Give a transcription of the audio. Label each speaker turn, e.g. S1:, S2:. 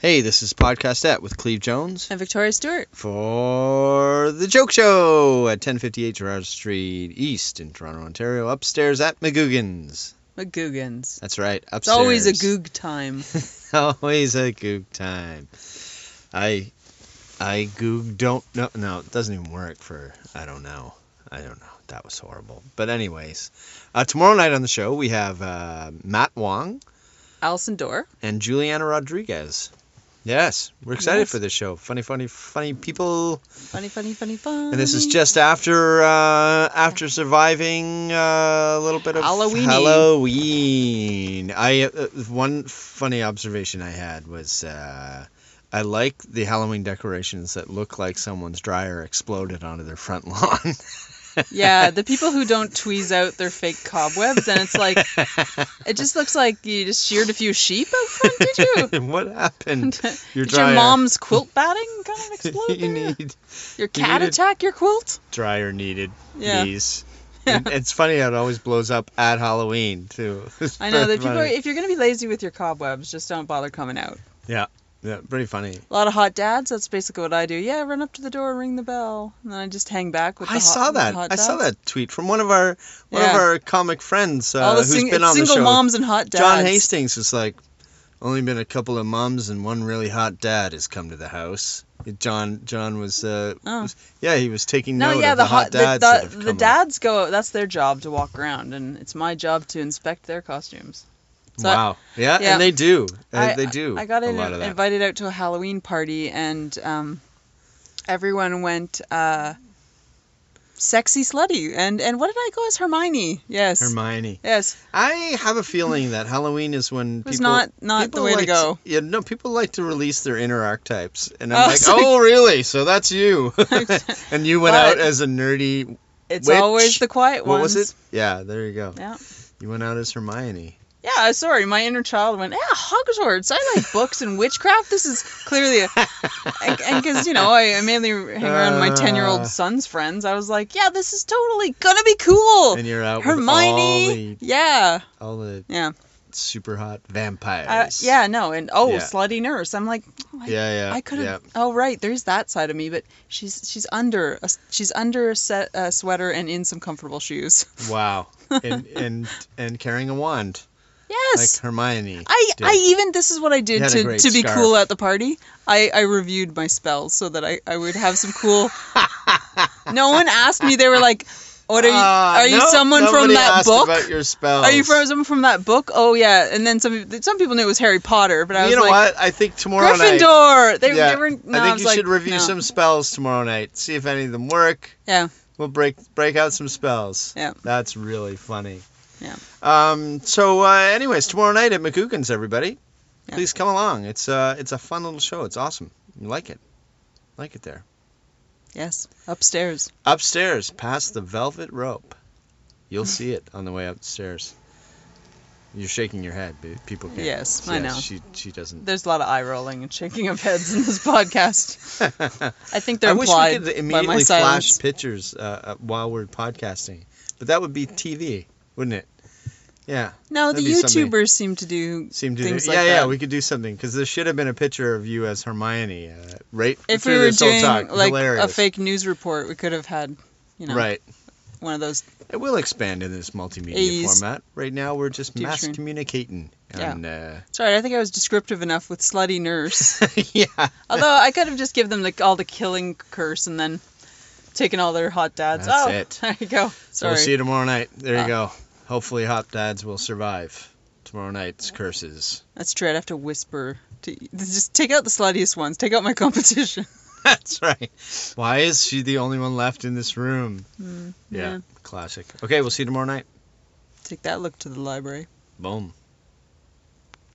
S1: Hey, this is Podcast At with Cleve Jones
S2: And Victoria Stewart.
S1: for The Joke Show at 1058 Gerard Street East in Toronto, Ontario, upstairs at McGugan's.
S2: McGoogans.
S1: That's right, upstairs.
S2: It's always a goog time.
S1: always a goog time. I I goog don't know. No, it doesn't even work for I don't know. I don't know. That was horrible. But anyways, uh, tomorrow night on the show we have uh, Matt Wong
S2: Alison Dorr.
S1: and Juliana Rodriguez. Yes, we're excited
S2: Yes.
S1: for this show. Funny, funny, funny people.
S2: Funny, funny, funny, fun.
S1: And this is just after uh, after surviving uh, a little bit of
S2: Halloween-y.
S1: Halloween. I uh, one funny observation I had was uh, I like the Halloween decorations that look like someone's dryer exploded onto their front lawn.
S2: yeah, the people who don't tweeze out their fake cobwebs, and it's like it just looks like you just sheared a few sheep out front. Oh, Did you?
S1: what happened? Your
S2: Did
S1: dryer.
S2: your mom's quilt batting kind of explode?
S1: you
S2: there?
S1: need
S2: your cat
S1: needed-
S2: attack your quilt?
S1: dryer needed
S2: Yeah.
S1: knees. And it's funny how it always blows up at Halloween too. It's
S2: I know
S1: pretty
S2: that people. Are,
S1: funny.
S2: if you're gonna be lazy with your cobwebs, just don't bother coming out.
S1: Yeah, pretty funny.
S2: A lot of hot dads. That's basically what I do. Yeah, run up to the door, ring the bell, and then I just hang back with. The
S1: I
S2: hot,
S1: saw
S2: with the
S1: that.
S2: hot
S1: I saw
S2: dads.
S1: that tweet from one of our one of
S2: Yeah.
S1: our comic friends uh,
S2: All the
S1: who's
S2: sing-
S1: been
S2: it's
S1: on the
S2: single
S1: show.
S2: moms and hot dads.
S1: John Hastings was like, only been a couple of moms and one really hot dad has come to the house. John John was, uh,
S2: Oh.
S1: was- yeah he was taking
S2: No,
S1: note
S2: yeah,
S1: of the,
S2: the hot,
S1: dads that
S2: the,
S1: have
S2: the, the
S1: come
S2: dads go. That's their job to walk around, and it's my job to inspect their costumes.
S1: up.
S2: so I-
S1: wow yeah,
S2: yeah.
S1: and they do Uh,
S2: I-
S1: they do
S2: I got
S1: a
S2: in-
S1: lot of that
S2: invited out to a Halloween party, and um, everyone went uh, sexy slutty. And and what did I go as Hermione? Yes,
S1: Hermione
S2: yes,
S1: I have a feeling that Halloween is when
S2: it was
S1: people
S2: not not the
S1: people
S2: way
S1: like
S2: to go.
S1: yeah no people like to release their inner archetypes and
S2: Oh,
S1: I'm like
S2: so-
S1: oh really so that's you and you went out
S2: But-
S1: as a nerdy
S2: It's
S1: Which-
S2: always the quiet
S1: What
S2: ones.
S1: was it? Yeah, there you go.
S2: Yeah.
S1: You went out as Hermione.
S2: Yeah, sorry, my inner child went. Yeah, Hogwarts. I like books and witchcraft. This is clearly a and because you know I, I mainly hang around my
S1: Uh.
S2: 10 year old son's friends i was like yeah this is totally gonna be cool
S1: And you're out
S2: hermione
S1: with
S2: yeah
S1: all the all the
S2: Yeah.
S1: super hot
S2: uh,
S1: vampires.
S2: yeah no and oh
S1: Yeah.
S2: slutty nurse i'm like oh, I,
S1: Yeah, yeah.
S2: I could
S1: yeah.
S2: have oh right there's that side of me but she's she's under a, s- she's under a set, uh, sweater and in some comfortable shoes
S1: Wow. and and and carrying a wand
S2: yes
S1: like Hermione.
S2: I,
S1: did.
S2: I even this is what I
S1: You
S2: did
S1: had a
S2: to,
S1: great
S2: to be
S1: scarf.
S2: cool at the party. I, I reviewed my spells so that I, I would have some cool. no one asked me. They were like, "What are you?
S1: Ah,
S2: are you
S1: nope,
S2: someone from
S1: nobody
S2: that
S1: asked
S2: book?
S1: About your spells.
S2: Are you from someone from that book? Oh yeah." And then some some people knew it was Harry Potter, but I
S1: you
S2: was
S1: know
S2: like,
S1: what? I think tomorrow night.
S2: "Gryffindor." They,
S1: yeah,
S2: they were.
S1: I
S2: No, I
S1: think
S2: was
S1: you
S2: like,
S1: should review
S2: no.
S1: some spells tomorrow night. See if any of them work.
S2: Yeah.
S1: We'll break break out some spells.
S2: Yeah.
S1: That's really funny.
S2: Yeah.
S1: Um. So, uh, anyways, tomorrow night at McCoogan's, everybody,
S2: Yeah.
S1: please come along. It's uh, it's a fun little show. It's awesome. You like it. Like it there.
S2: Yes, upstairs.
S1: Upstairs, past the velvet rope, you'll see it on the way upstairs. You're shaking your head. but People can't.
S2: Yes, I know.
S1: She she doesn't.
S2: There's a lot of eye rolling and shaking of heads in this podcast. I think they're
S1: I wish we
S2: implied
S1: could
S2: by my
S1: immediately flash
S2: silence.
S1: pictures uh, uh, while we're podcasting, but that would be TV, wouldn't it? Yeah,
S2: No,
S1: That'd
S2: the
S1: be something.
S2: YouTubers seem to do
S1: seem to.
S2: things
S1: do,
S2: like
S1: yeah,
S2: that.
S1: yeah, we could do something because there should have been a picture of you as Hermione, uh, right?
S2: if we
S1: through
S2: were
S1: this whole
S2: doing
S1: talk.
S2: like
S1: Hilarious.
S2: a fake news report, we could have had, you know,
S1: Right.
S2: one of those.
S1: It will expand in this multimedia
S2: 80s.
S1: format. Right now, we're just
S2: Deep
S1: mass
S2: stream.
S1: communicating.
S2: Yeah.
S1: And, uh, yeah.
S2: Sorry, I think I was descriptive enough with slutty nurse.
S1: Uh, yeah.
S2: Although I could have just give them the, all the killing curse and then taken all their hot dads.
S1: That's
S2: oh,
S1: it.
S2: there you go.
S1: So
S2: Sorry.
S1: we'll see you tomorrow night. There you
S2: Uh,
S1: go. Hopefully, Hop Dads will survive tomorrow night's curses.
S2: That's true. I'd have to whisper. To, just take out the sluttiest ones. Take out my competition.
S1: That's right. Why is she the only one left in this room? yeah.
S2: Hmm. yeah.
S1: Classic. Okay, we'll see you tomorrow night.
S2: Take that look to the library.
S1: Boom.